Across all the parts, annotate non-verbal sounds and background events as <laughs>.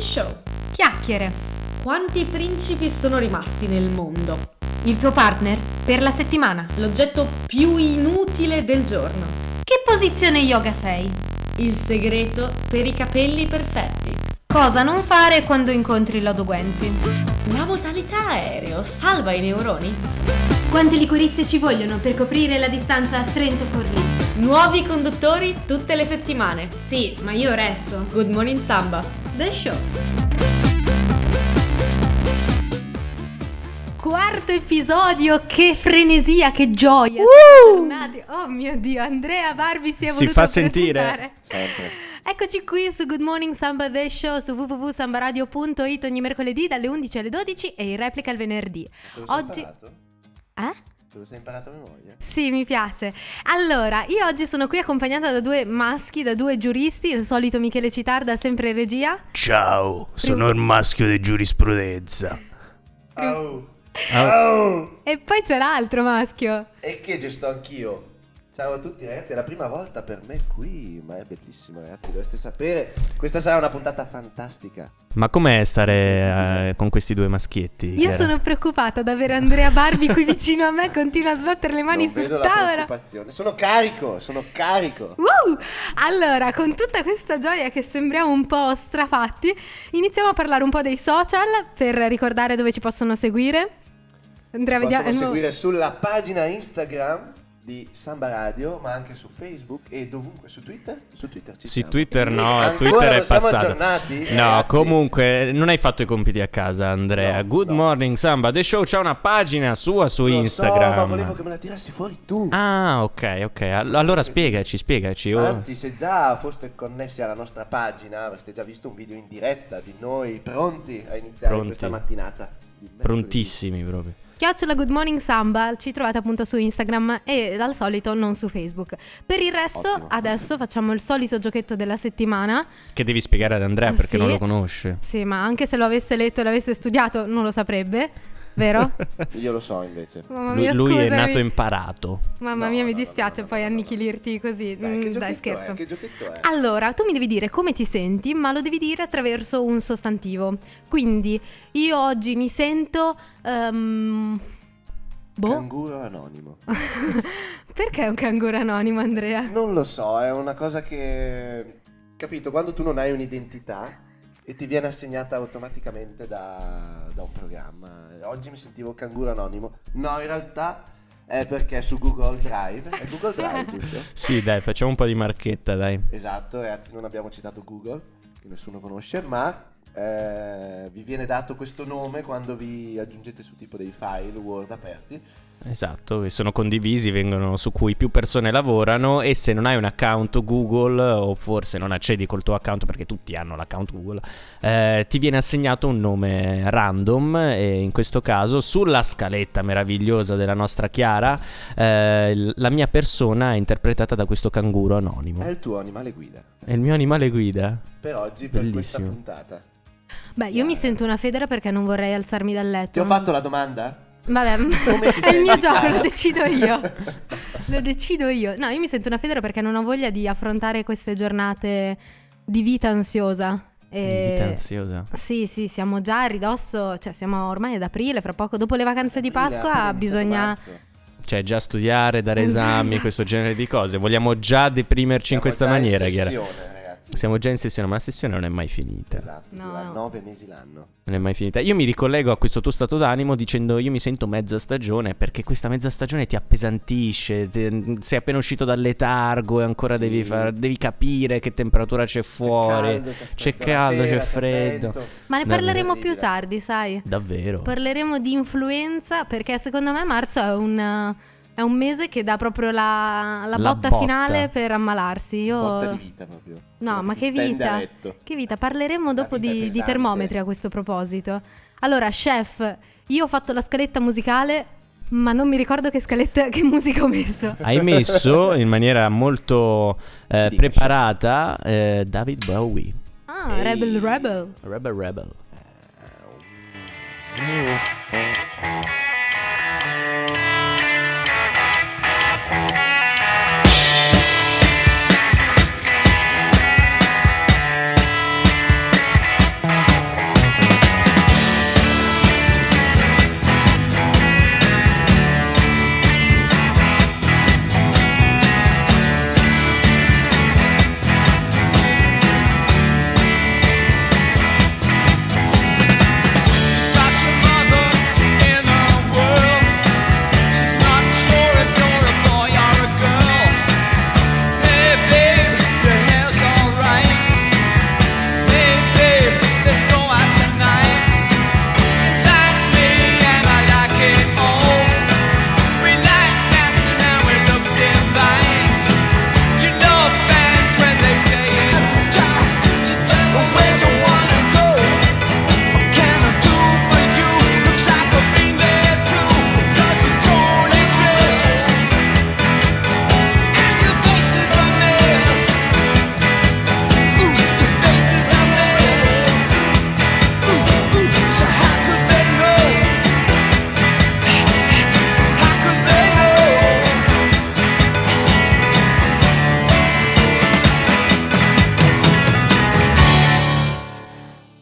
Show. Chiacchiere. Quanti principi sono rimasti nel mondo? Il tuo partner per la settimana. L'oggetto più inutile del giorno. Che posizione yoga sei? Il segreto per i capelli perfetti. Cosa non fare quando incontri Lodo Guenzi? La modalità aereo salva i neuroni. Quante liquirizie ci vogliono per coprire la distanza a Trento Forlì? Nuovi conduttori tutte le settimane. Sì, ma io resto. Good Morning Samba. The Show. Quarto episodio, che frenesia, che gioia. Siamo tornati. Oh mio Dio, Andrea Barbi si è Si voluto fa sentire. presentare. Sempre. Eccoci qui su Good Morning Samba The Show su www.sambaradio.it ogni mercoledì dalle 11 alle 12 e in replica il venerdì. Oggi- Eh? Te lo sei imparato a memoria? Sì, mi piace. Allora, io oggi sono qui accompagnata da due maschi, da due giuristi, il solito Michele Citarda, sempre in regia. Ciao, sono il maschio di giurisprudenza. Au. E poi c'è l'altro maschio. E che gesto anch'io. Ciao a tutti ragazzi, è la prima volta per me qui, ma è bellissimo ragazzi, dovreste sapere, questa sarà una puntata fantastica. Ma com'è stare eh, con questi due maschietti? Io Chiara? sono preoccupata ad avere Andrea Barbi qui vicino a me, continua a sbattere le mani non sul vedo la tavolo. preoccupazione. Sono carico, sono carico. Wow! Allora, con tutta questa gioia che sembriamo un po' strafatti, iniziamo a parlare un po' dei social per ricordare dove ci possono seguire. Andrea, vediamo. eh, Possono è nuovo. seguire sulla pagina Instagram di Samba Radio, ma anche su Facebook e dovunque, su Twitter? Su Twitter ci Sì, siamo. Twitter no, Ancora Twitter non è siamo passato. aggiornati? eh, no, Ragazzi. comunque non hai fatto i compiti a casa, Andrea. No, Good no. morning Samba The Show c'ha una pagina sua su Lo so, Instagram. ma volevo che me la tirassi fuori tu. Ah, ok, ok. All- allora spiegaci, spiegaci. oh. Anzi, se già foste connessi alla nostra pagina, avreste già visto un video in diretta di noi pronti a iniziare Pronti. questa mattinata. di mercoledì. Prontissimi proprio. Chiocciola Good Morning Samba, ci trovate appunto su Instagram e al solito non su Facebook. Per il resto, Ottimo. adesso facciamo il solito giochetto della settimana. Che devi spiegare ad Andrea perché Ah, Sì. non lo conosce. Sì, ma anche se lo avesse letto e l'avesse studiato, non lo saprebbe, vero? <laughs> Io lo so invece. <laughs> Mamma Lui, mia, lui è scusami. nato imparato. Mamma No, mia, no, mi no, dispiace no, no, poi no, no, no. annichilirti così. Mm, Dai, Dai, che giochetto scherzo. è? Che giochetto è? Allora, tu mi devi dire come ti senti, ma lo devi dire attraverso un sostantivo. Quindi, io oggi mi sento... ehm, boh, Canguro anonimo. <laughs> perché un canguro anonimo, Andrea? <laughs> Non lo so, è una cosa che... Capito, quando tu non hai un'identità e ti viene assegnata automaticamente da, da un programma. Oggi mi sentivo canguro anonimo. No, in realtà è perché su Google Drive... È Google Drive, giusto? Sì, dai, facciamo un po' di marchetta, dai. Esatto, ragazzi, non abbiamo citato Google, che nessuno conosce, ma eh, vi viene dato questo nome quando vi aggiungete su tipo dei file Word aperti. Esatto, e sono condivisi, vengono su cui più persone lavorano e se non hai un account Google o forse non accedi col tuo account perché tutti hanno l'account Google, eh, ti viene assegnato un nome random e in questo caso sulla scaletta meravigliosa della nostra Chiara eh, l- la mia persona è interpretata da questo canguro È anonimo. il tuo animale guida È il mio animale guida. per oggi, per questa Bellissimo. puntata. Beh, io mi sento una federa perché non vorrei alzarmi dal letto. Ti ho fatto la domanda? Vabbè, Come <laughs> ti è il mio senti, gioco, Chiara? lo decido io. <laughs> lo decido io. No, io mi sento una federa perché non ho voglia di affrontare queste giornate di vita ansiosa. E- Vita ansiosa. Sì, sì, siamo già a ridosso, cioè siamo ormai ad aprile, fra poco dopo le vacanze di Pasqua Aprile, bisogna... marzo. Siamo Cioè già studiare, dare esami, questo genere di cose. Vogliamo già deprimerci in questa già maniera, Chiara. sessione, ragazzi. Siamo già in sessione, ma la sessione non è mai finita. Esatto, No, dura no. nove mesi l'anno. Non è mai finita. Io mi ricollego a questo tuo stato d'animo dicendo io mi sento mezza stagione perché questa mezza stagione ti appesantisce, ti- mm, sei appena uscito dal letargo e ancora Sì. devi, far- devi capire che temperatura c'è fuori. c'è C'è caldo, caldo, c'è c'è freddo. freddo. la sera, c'è vento. Ma ne No, parleremo no. più tardi, sai? Davvero. Parleremo di influenza perché secondo me marzo è un, è un mese che dà proprio la, la La botta, botta. finale per ammalarsi. Io... Botta di vita proprio. No, ma Ti che stende a vita! letto. Che vita, parleremo dopo vita è di, di pesante. termometri a questo proposito. Allora, chef, io ho fatto la scaletta musicale, ma non mi ricordo che scaletta, <laughs> che musica ho messo. Hai messo in maniera molto eh, Ci dica, preparata eh, David Bowie. Ah, Ehi. Rebel Rebel. Rebel Rebel. Eh,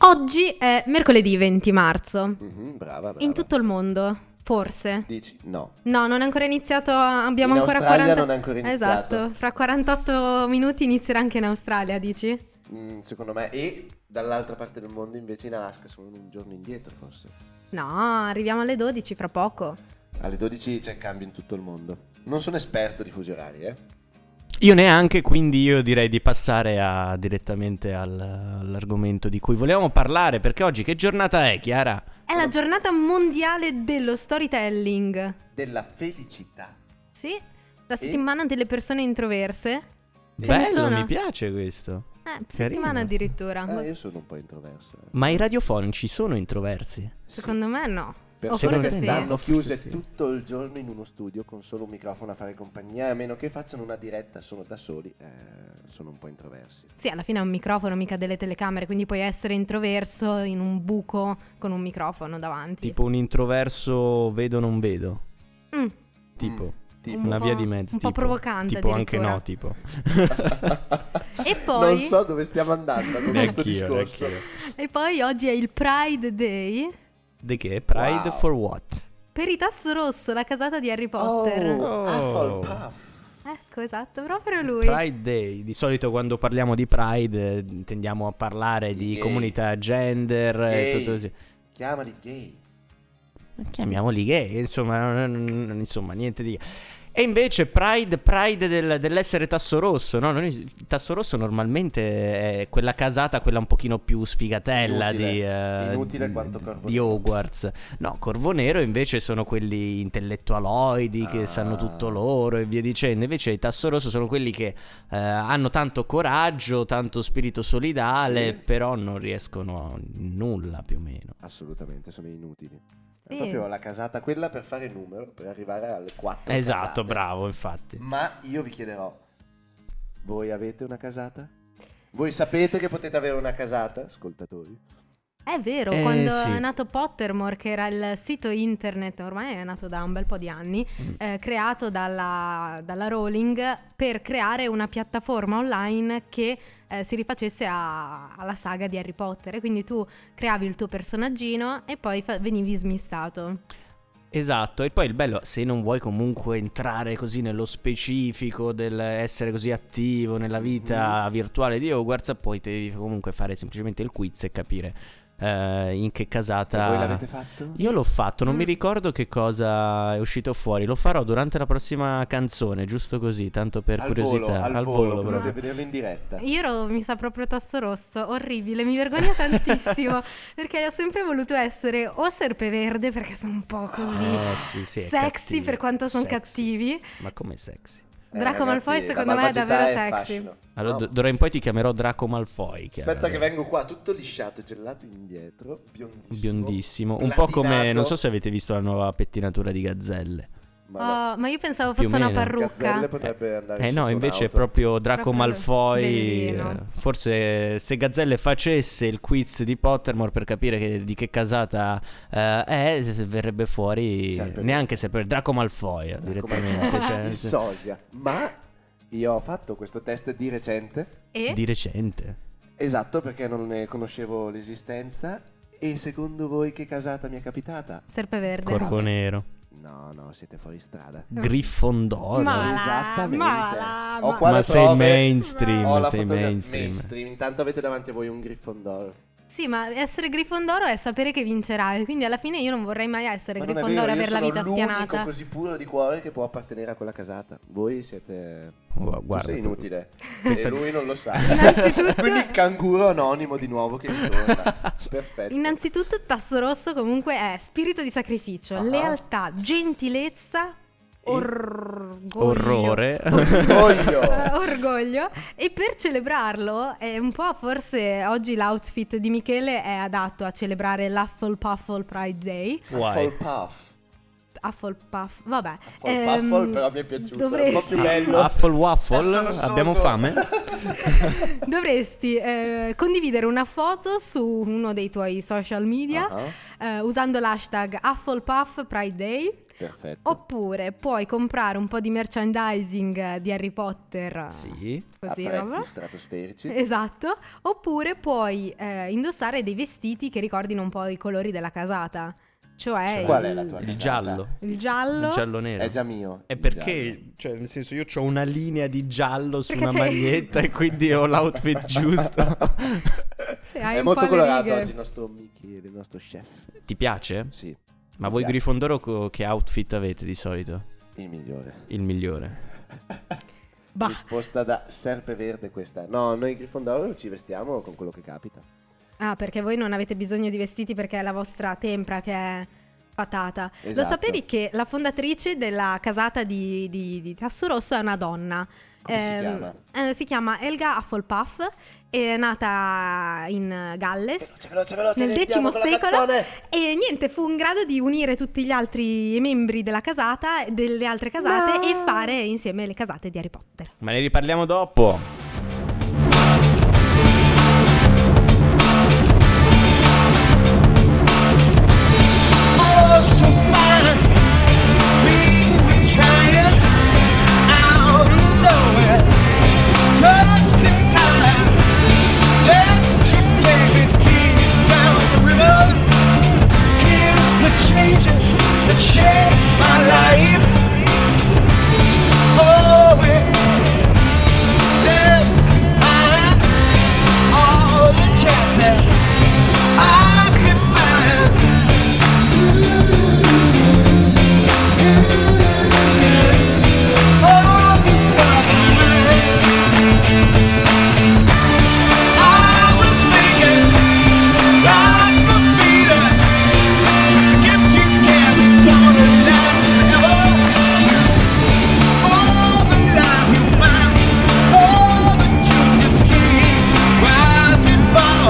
Oggi è mercoledì 20 marzo. Mhm, brava, brava. In tutto il mondo, forse. Dici no. No, non è ancora iniziato. Abbiamo In ancora Australia 40. non è ancora iniziato. Esatto, fra 48 minuti inizierà anche in Australia, dici? Mm, secondo me. E dall'altra parte del mondo invece in Alaska sono un giorno indietro forse. No, arriviamo alle 12 fra poco. Alle 12 c'è cambio in tutto il mondo. Non sono esperto di fusi orari, eh. Io neanche, quindi io direi di passare a- direttamente al- all'argomento di cui volevamo parlare, perché oggi che giornata è, Chiara? È la giornata mondiale dello storytelling. Della felicità. Sì, la settimana delle persone introverse. Ce ne Bello, sono? mi piace questo. Eh, settimana addirittura. Eh, io sono un po' introverso. eh. Ma i radiofonici sono introversi? Mm. Secondo me no. Per o se non forse sì. renderlo- stanno chiuse Forse sì. tutto il giorno in uno studio con solo un microfono a fare compagnia, a meno che facciano una diretta solo da soli, eh, sono un po' introversi. Sì, alla fine è un microfono, mica delle telecamere, quindi puoi essere introverso in un buco con un microfono davanti. Tipo un introverso vedo non vedo. Mm, Tipo. Tipo. Un Una po'- via di mezzo. un po' tipo. provocante Tipo anche addirittura. no, <laughs> tipo. E poi- <laughs> Non so dove stiamo andando con questo Neanch'io, discorso. neanch'io. E poi oggi è il Pride Day De che? Pride Wow. for what? per i Tasso Rosso, la casata di Harry Potter. Oh, Oh. Hufflepuff. Ecco, esatto, proprio lui. Pride Day. Di solito quando parliamo di Pride eh, tendiamo a parlare di Gay. comunità gender e Gay. tutto così. Chiamali gay. Eh, Chiamiamoli gay, insomma, non- non- non- insomma, niente di... E invece Pride, Pride del- dell'essere tasso rosso, no? Non es- il tasso rosso normalmente è quella casata, quella un pochino più sfigatella Inutile. di... eh, Inutile di- quanto Corvo Di Nero. Hogwarts. No, Corvo Nero invece sono quelli intellettualoidi che Ah. sanno tutto loro e via dicendo. Invece i tasso rosso sono quelli che eh, hanno tanto coraggio, tanto spirito solidale, Sì. però non riescono a nulla più o meno. Assolutamente, sono inutili. Sì. È proprio la casata quella per fare numero, per arrivare alle 4 Esatto, casate. bravo, infatti. Ma io vi chiederò, voi avete una casata? Voi sapete che potete avere una casata, ascoltatori? È vero, Eh, quando sì. è nato Pottermore, che era il sito internet, ormai è nato da un bel po' di anni, Mm. eh, creato dalla, dalla Rowling per creare una piattaforma online che eh, si rifacesse a- alla saga di Harry Potter. E quindi tu creavi il tuo personaggino e poi fa- venivi smistato. Esatto, e poi il bello, se non vuoi comunque entrare così nello specifico dell'essere così attivo nella vita Mm-hmm. virtuale di Hogwarts, poi te devi comunque fare semplicemente il quiz e capire eh, in che E casata... voi l'avete fatto? Io l'ho fatto, non Mm. mi ricordo che cosa è uscito fuori, lo farò durante la prossima canzone, giusto così, tanto per al curiosità. volo, al, volo, proprio. potete vederlo in diretta. Io ero, mi sa, proprio tasso rosso, orribile, mi <laughs> vergogno tantissimo perché ho sempre voluto essere o serpeverde perché sono un po' così Eh, sì, sì, è sexy cattivo, per quanto sono sexy. cattivi. Ma come sexy? Draco Eh, ragazzi, Malfoy, la secondo me, è malvagità davvero il sexy. fascino. Allora, No, d- d'ora in poi ti chiamerò Draco Malfoy. Chiara. Aspetta che vengo qua, tutto lisciato e gelato indietro, biondissimo. biondissimo, un po' come platinato. non so se avete visto la nuova pettinatura di gazzelle. Ma Oh, ma io pensavo Più o fosse una meno. la gazzelle parrucca. potrebbe andare Eh sotto no, invece è un'auto. proprio Draco Proprio Malfoy. bellino. eh, Forse se Gazzelle facesse il quiz di Pottermore per capire che- di che casata eh, è, s- verrebbe fuori Serpeverde. neanche se per Draco Malfoy eh, direttamente. <laughs> cioè, il se- sosia. Ma io ho fatto questo test di recente, E? di recente. esatto perché non ne conoscevo l'esistenza. E secondo voi che casata mi è capitata? Serpeverde. Corpo nero. No, no, siete fuori strada. Griffondoro. Ma- la- Esattamente. ma la- Ho ma- qua Ma le sei prove. mainstream, Ho la sei fotografia- mainstream. Intanto avete davanti a voi un Gryffindor. Sì, ma essere Grifondoro è sapere che vincerai. Quindi alla fine io non vorrei mai essere Ma non è Grifondoro e vero, io aver la sono vita l'unico <laughs> spianata. così puro di cuore che può appartenere a quella casata. Voi siete Oh, tu guarda, sei inutile. Questa- E lui non lo sa. Innanzitutto- <laughs> Quindi il canguro anonimo di nuovo <laughs> che ritorna. Perfetto. Innanzitutto, Tasso Rosso comunque è spirito di sacrificio, Ah. lealtà, gentilezza, orgoglio. Orrore. <laughs> Eh, <laughs> Orgoglio. orgoglio e per celebrarlo è un po' forse oggi l'outfit di Michele è adatto a celebrare l'Hufflepuffle Pride Day Why? Hufflepuff. Hufflepuff vabbè ehm, Hufflepuffle, però mi è piaciuto, era un po' dovresti, più bello. Apple Waffle? Adesso lo so, Abbiamo so. <laughs> fame? <laughs> dovresti, eh, condividere una foto su uno dei tuoi social media Ah. eh, usando l'hashtag Hufflepuff Pride Day Perfetto. Oppure puoi comprare un po' di merchandising eh, di Harry Potter. Sì. Così, a prezzi no? stratosferici. <laughs> Esatto, oppure puoi eh, indossare dei vestiti che ricordino un po' i colori della casata, cioè, Qual il, è la tua Il casata? giallo. il giallo. Il giallo nero. È già mio. È il giallo. perché, cioè, nel senso, io ho una linea di giallo su Perché una c'è- maglietta e quindi ho <laughs> l'outfit giusto. Sì, hai È un molto po' le colorato righe. oggi il nostro Michele, il nostro chef. Ti piace? Sì, Ma Mi voi piace. Grifondoro co- che outfit avete di solito? il migliore. Il migliore. Bah. Risposta da serpeverde questa. No, noi Grifondoro ci vestiamo con quello che capita. Ah, perché voi non avete bisogno di vestiti perché è la vostra tempra che è patata. Lo Esatto. sapevi che la fondatrice della casata di, di- di Tasso Rosso è una donna. Come si Ehm, chiama? eh, si chiama Elga Hufflepuff, è nata in Galles Veloce, veloce, veloce. nel andiamo X con la secolo canzone. e niente, fu in grado di unire tutti gli altri membri della casata, delle altre casate e fare insieme le casate di Harry Potter. Ma ne riparliamo dopo. Oh, I could find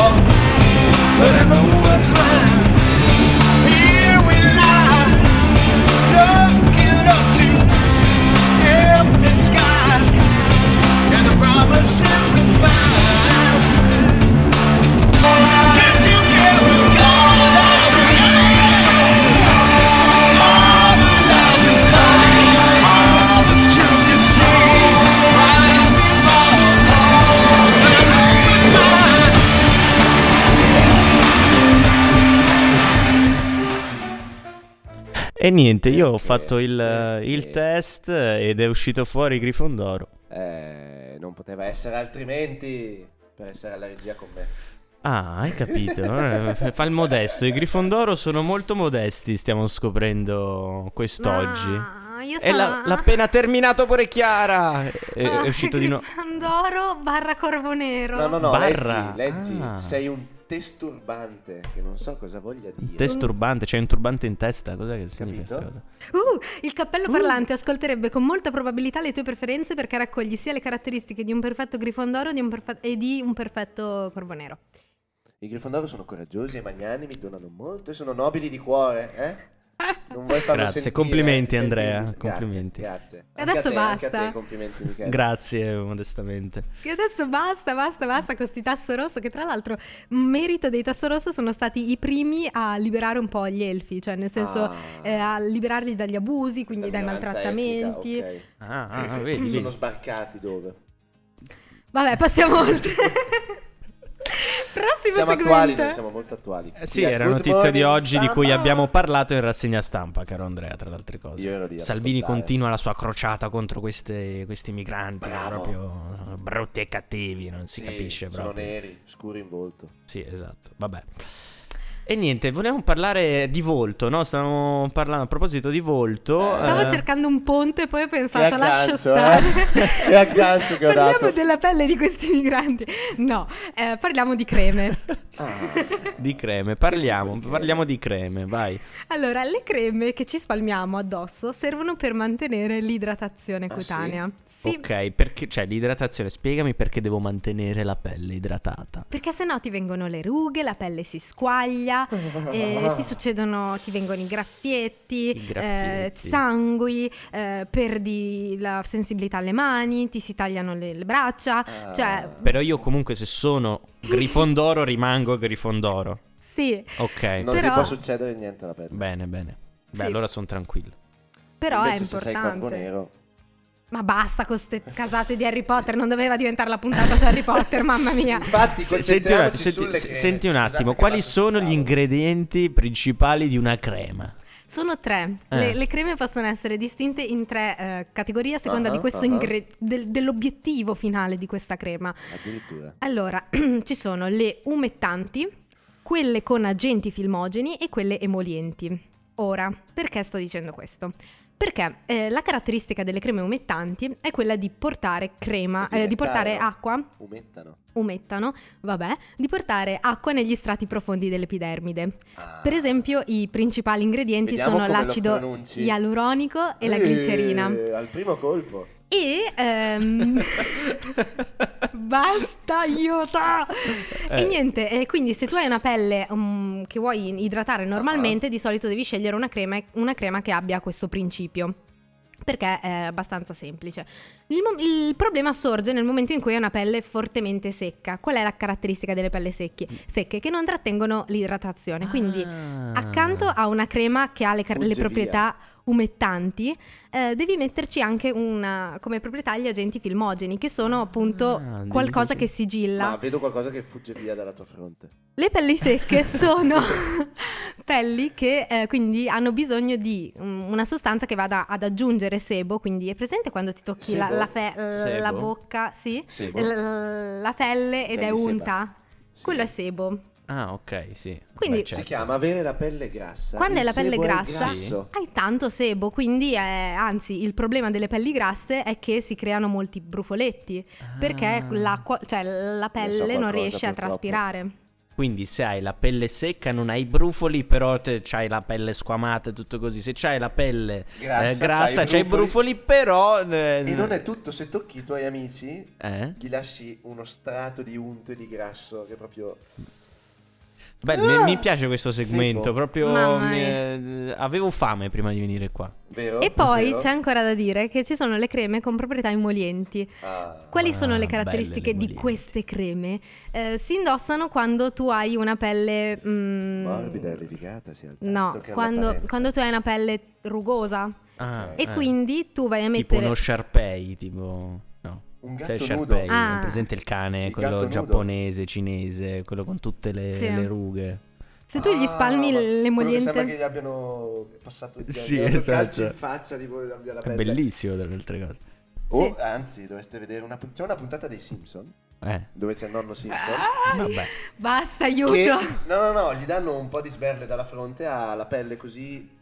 but I know what's mine. Here we lie, looking up to empty sky and the promises we find. This you get was gone tonight. All the lies you find, all the truth you see, rise and fall. But I know it's mine. E niente, io ho Perché? fatto il, il Perché? test ed è uscito fuori Grifondoro. Eh, non poteva essere altrimenti per essere alla regia con me. Ah, hai <laughs> capito. Eh, Fa il modesto. I Grifondoro sono molto modesti, stiamo scoprendo quest'oggi. Ma io E sono... l'ha, l'ha appena terminato <laughs> pure Chiara. È, è uscito di nuovo. Ah, Pandoro barra Corvo Nero. No, no, no, Barra. leggi, leggi. Ah. Sei un testurbante che non so cosa voglia dire. Test turbante, c'è un turbante in testa. Cos'è che significa Capito? questa cosa? Uh, il cappello parlante ascolterebbe con molta probabilità le tue preferenze perché raccogli sia le caratteristiche di un perfetto Grifondoro di un perfe- e di un perfetto Corvo Nero. I Grifondoro sono coraggiosi e magnanimi, donano molto e sono nobili di cuore, eh? Non vuoi farlo Grazie, sentire, complimenti, eh? Senti- Andrea, grazie, complimenti. Grazie. E Anche adesso a te, anche a basta. te, complimenti Michele. Grazie, modestamente. E adesso basta, basta, basta con questi tasso rosso che tra l'altro merito dei tasso rosso sono stati i primi a liberare un po' gli elfi, cioè nel senso Ah. eh, a liberarli dagli abusi, Questa quindi dai minoranza maltrattamenti. etnica, ok. Ah, ah, vedi, Sono vedi. sbarcati dove? Vabbè, passiamo <laughs> oltre. Prossimo siamo attuali, segmento. noi siamo molto attuali. Eh, Sì, La era Good notizia di Morning oggi di cui Stampa. abbiamo parlato in rassegna stampa, caro Andrea, tra le altre cose. Io ero lì ad Salvini ascoltare. continua la sua crociata contro queste- questi migranti Bravo. proprio brutti e cattivi, non si Sì, capisce Sono proprio. neri, scuri in volto. Sì, esatto. Vabbè. E niente, volevamo parlare di volto, no? Stavamo parlando a proposito di volto. Stavo eh, cercando un ponte, poi ho pensato, Che lascio aggancio, stare. eh? Che aggancio che ho Parliamo dato. della pelle di questi migranti. No, eh, parliamo di creme. <laughs> Ah. di creme, <laughs> parliamo, parliamo di creme, vai. Allora, le creme che ci spalmiamo addosso servono per mantenere l'idratazione Ah, cutanea. Sì. Ok, perché cioè l'idratazione, spiegami perché devo mantenere la pelle idratata. Perché sennò ti vengono le rughe, la pelle si squaglia, eh, ti succedono, ti vengono i graffietti, I graffietti. eh, sangui, eh, perdi la sensibilità alle mani, ti si tagliano le, le braccia. Ah. Cioè, Però io comunque se sono Grifondoro rimango Grifondoro. sì, Ok, Non Però- ti può succedere niente alla pelle. bene, bene. Beh, Sì. allora sono tranquillo. Però Invece è se sei corpo importante. nero. Ma basta con queste casate di Harry Potter, non doveva diventare la puntata su Harry Potter, mamma mia. Infatti, Se- Senti un attimo, concentriamoci senti- sulle se- creme. senti un Scusate attimo, che quali vado sul sono gli tavolo. ingredienti principali di <laughs> una crema? <laughs> Sono tre. Eh. Le, le creme possono essere distinte in tre eh, categorie a seconda Ah, di questo ah. ingre- del- dell'obiettivo finale di questa crema. Addirittura. Allora, <clears throat> ci sono le umettanti, quelle con agenti filmogeni e quelle emolienti. Ora, perché sto dicendo questo? Perché eh, la caratteristica delle creme umettanti è quella di portare crema, eh, di portare acqua Umettano. umettano, vabbè, di portare acqua negli strati profondi dell'epidermide. Ah. Per esempio, i principali ingredienti Vediamo sono come lo l'acido pronunci. ialuronico e la Eh, glicerina. Al primo colpo. E ehm, basta, aiuto! Eh. E niente, eh, quindi se tu hai una pelle mm, che vuoi idratare Ah. normalmente, di solito devi scegliere una crema, una crema che abbia questo principio. Perché è abbastanza semplice. Il, mo- il problema sorge nel momento in cui hai una pelle fortemente secca. Qual è la caratteristica delle pelle secche? Secche che non trattengono l'idratazione. Quindi, Mm. Ah. accanto a una crema che ha le, car- le Fugge via. proprietà umettanti, eh, devi metterci anche una, come proprietà gli agenti filmogeni, che sono appunto Ah, qualcosa devi- che sigilla. Ma vedo qualcosa che fugge via dalla tua fronte. Le pelli <laughs> secche sono <laughs> pelli che eh, quindi hanno bisogno di mm, una sostanza che vada ad aggiungere sebo, quindi è presente quando ti tocchi la, Sebo? la fe- Sebo? la bocca, sì? Sebo? L- la pelle ed Pelli è seba. unta. Sì. Quello è sebo. Ah, ok, sì. Quindi- Beh, Si certo. chiama avere la pelle grassa. Quando è Il la pelle sebo è grassa, grasso. hai tanto sebo, quindi è- anzi il problema delle pelli grasse è che si creano molti brufoletti perché Ah. l'acqua, cioè la pelle non qualcosa, riesce a purtroppo. traspirare. Quindi se hai la pelle secca non hai i brufoli, però te- c'hai la pelle squamata e tutto così. Se c'hai la pelle Grassa, eh, grassa, c'hai i c'hai i brufoli, però... eh, E non è tutto, se tocchi i tuoi amici, Eh? gli lasci uno strato di unto e di grasso che proprio... Beh, mi- mi piace questo segmento, Sebo. proprio... Mamma eh, avevo fame prima di venire qua. Vero? E poi Vero? c'è ancora da dire che ci sono le creme con proprietà emolienti. Ah. Quali Ah, sono le belle le caratteristiche di emolienti. queste creme? Eh, si indossano quando tu hai una pelle... mm, Morbida e levigata, sì. al tatto No, che quando, all'apparenza. quando tu hai una pelle rugosa. Ah, E eh. quindi tu vai a Tipo mettere... uno Sharpei, tipo... No. Un Sai gatto nudo. Sharpei, Ah. presente il cane, Il quello gatto nudo. giapponese, cinese, quello con tutte le, Sì. le rughe. Se tu gli Ah, spalmi ma quello che l'emoliente... Sembra che gli abbiano passato il Sì, gli abbiano dato esatto. calci in faccia, tipo, gli abbia la È pelle. bellissimo tra le altre cose. O, Sì. anzi, dovreste vedere una, c'è una puntata dei Simpson, Eh. dove c'è il nonno Simpson. Vabbè. Basta, Ah, aiuto! che- no, no, no, gli danno un po' di sberle dalla fronte, ha la pelle così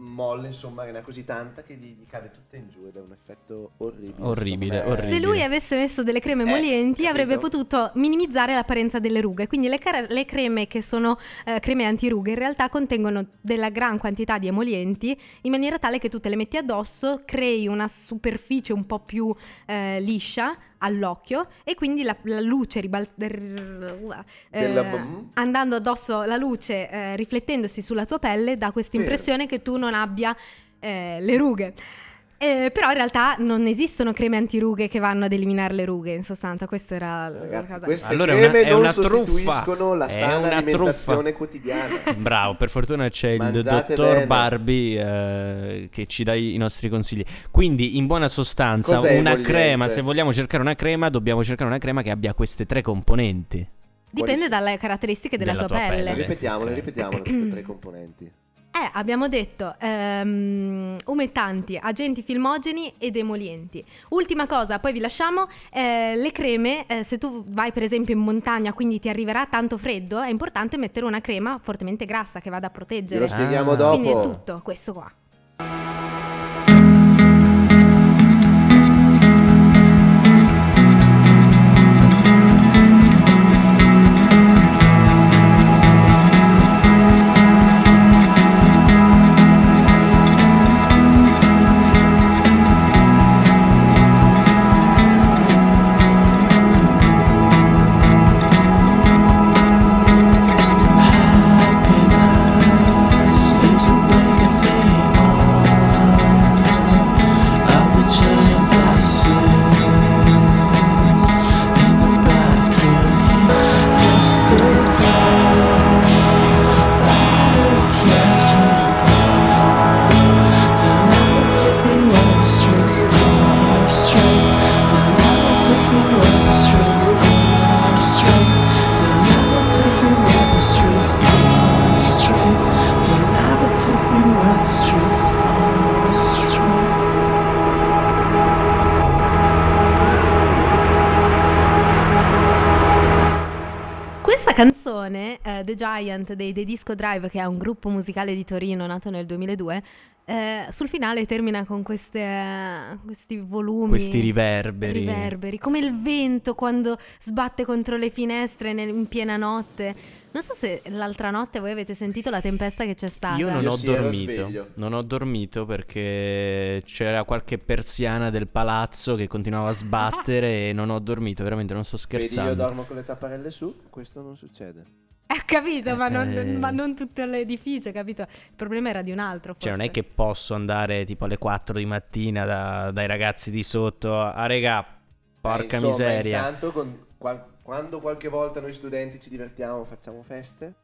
molle, insomma, che ne ha così tanta che gli, gli cade tutta in giù ed è un effetto orribile. Orribile, secondo me. orribile. Se lui avesse messo delle creme emolienti Eh, capito. avrebbe potuto minimizzare l'apparenza delle rughe, quindi le, car- le creme che sono eh, creme antirughe in realtà contengono della gran quantità di emolienti in maniera tale che tu te le metti addosso, crei una superficie un po' più eh, liscia all'occhio e quindi la, la luce ribal- rrr- eh, Della mm? bom- andando addosso la luce eh, riflettendosi sulla tua pelle dà questa Vero. impressione che tu non abbia eh, le rughe. Eh, però in realtà non esistono creme antirughe che vanno ad eliminare le rughe, in sostanza, questa era la la Ragazzi, cosa. queste Allora è una- creme è una non truffa. sostituiscono la È sana una alimentazione truffa. <laughs> quotidiana. Bravo, per fortuna c'è il Mangiate dottor bene. Barbie eh, che ci dà i nostri consigli. Quindi, in buona sostanza, Cos'è una emoliente? crema, se vogliamo cercare una crema, dobbiamo cercare una crema che abbia queste tre componenti. Dipende dalle caratteristiche della, tua, pelle. Vabbè, ripetiamole, ok. ripetiamole queste tre componenti. Eh, abbiamo detto ehm, umettanti, agenti filmogeni ed emolienti. Ultima cosa, poi vi lasciamo, eh, le creme, eh, se tu vai per esempio in montagna quindi ti arriverà tanto freddo, è importante mettere una crema fortemente grassa che vada a Ve lo proteggere. Ah. spieghiamo dopo. Quindi è tutto questo qua. Seems like a thing. eh, The Giant dei The Disco Drive, che è un gruppo musicale di Torino nato nel 2002, eh, sul finale termina con queste- questi volumi. Questi riverberi. riverberi, come il vento quando sbatte contro le finestre nel- in piena notte. Non so se l'altra notte voi avete sentito la tempesta che c'è stata. Io non Io ho sì, ero sveglio. dormito, non ho dormito perché c'era qualche persiana del palazzo che continuava a sbattere e non ho dormito, veramente non sto Vedi, io scherzando. dormo con le tapparelle su, questo non succede. Eh, <laughs> ho capito, ma non, Eh. ma non tutto l'edificio, capito? Il problema era di un altro. Forse. Cioè non è che posso andare tipo alle 4 di mattina da- dai ragazzi di sotto a regà, Eh, porca insomma, miseria. Intanto, con- qual- quando qualche volta noi studenti ci divertiamo, facciamo feste.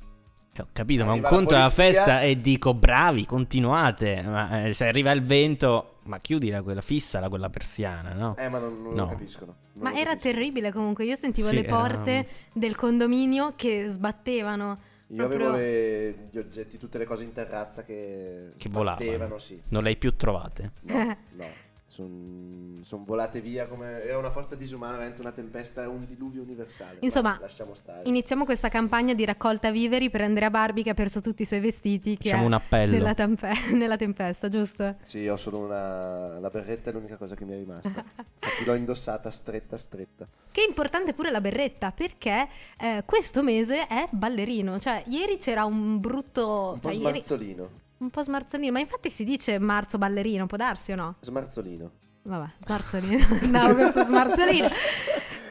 Eh, Ho capito, ma un Arriva la conto è la polizia. festa e dico bravi, continuate, ma eh, se arriva il vento, ma chiudila quella, fissala quella persiana, no? Eh, ma non, non No. lo capiscono. non Ma lo era capiscono. terribile comunque, io sentivo Sì, le era- porte del condominio che sbattevano. Io proprio- avevo le- gli oggetti, tutte le cose in terrazza che, Che volavano. battevano, sì. Non l'hai più trovate. No, no. Sono volate via come... Era una forza disumana, veramente una tempesta, un diluvio universale. Ma Insomma, lasciamo stare. Iniziamo questa campagna di raccolta viveri per Andrea Barbi che ha perso tutti i suoi vestiti. Che Facciamo è un appello. Nella, tempe- <laughs> nella tempesta, giusto? Sì, ho solo una... La berretta è l'unica cosa che mi è rimasta. <laughs> Infatti l'ho indossata stretta, stretta. Che è importante pure la berretta perché eh, questo mese è ballerino. Cioè, ieri c'era un brutto. Un po' cioè, ieri- smarzolino. un po' smarzolino, ma infatti si dice marzo ballerino, può darsi o no? Smarzolino. Vabbè, <laughs> smarzolino. <laughs> Andavo questo smarzolino.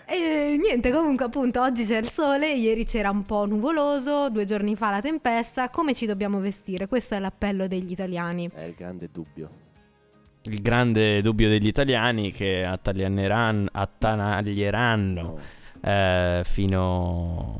E niente, comunque appunto oggi c'è il sole, ieri c'era un po' nuvoloso, due giorni fa la tempesta, come ci dobbiamo vestire? Questo è l'appello degli italiani. È il grande dubbio. Il grande dubbio degli italiani che attaglieranno, attanaglieranno No. eh, fino,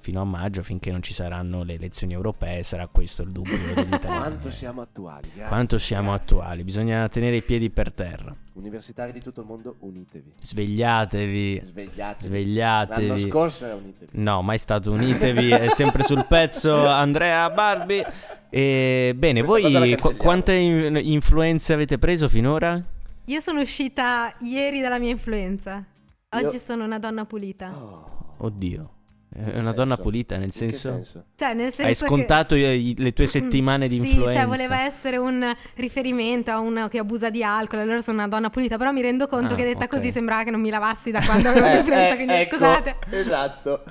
fino a maggio, finché non ci saranno le elezioni europee, sarà questo il dubbio <laughs> degli italiani. Quanto siamo attuali, grazie. Quanto siamo grazie. attuali, bisogna tenere i piedi per terra. Universitari di tutto il mondo, unitevi. Svegliatevi, Svegliatevi. svegliatevi. L'anno scorso era unitevi. No, mai stato unitevi, è sempre sul pezzo Andrea Barbi. E bene, Questa cosa la voi qu- cancelliamo. quante in- influenze avete preso finora? Io sono uscita ieri dalla mia influenza, oggi Io- sono una donna pulita. Oh. Oddio, è In una che donna senso? pulita, nel In che senso... Cioè nel senso Hai che- Mm. scontato i- le tue settimane di influenza. Sì, cioè voleva essere un riferimento a una che abusa di alcol, allora sono una donna pulita, però mi rendo conto Ah, che detta ok. così sembrava che non mi lavassi da quando <laughs> avevo l'influenza, quindi ecco, scusate. Esatto.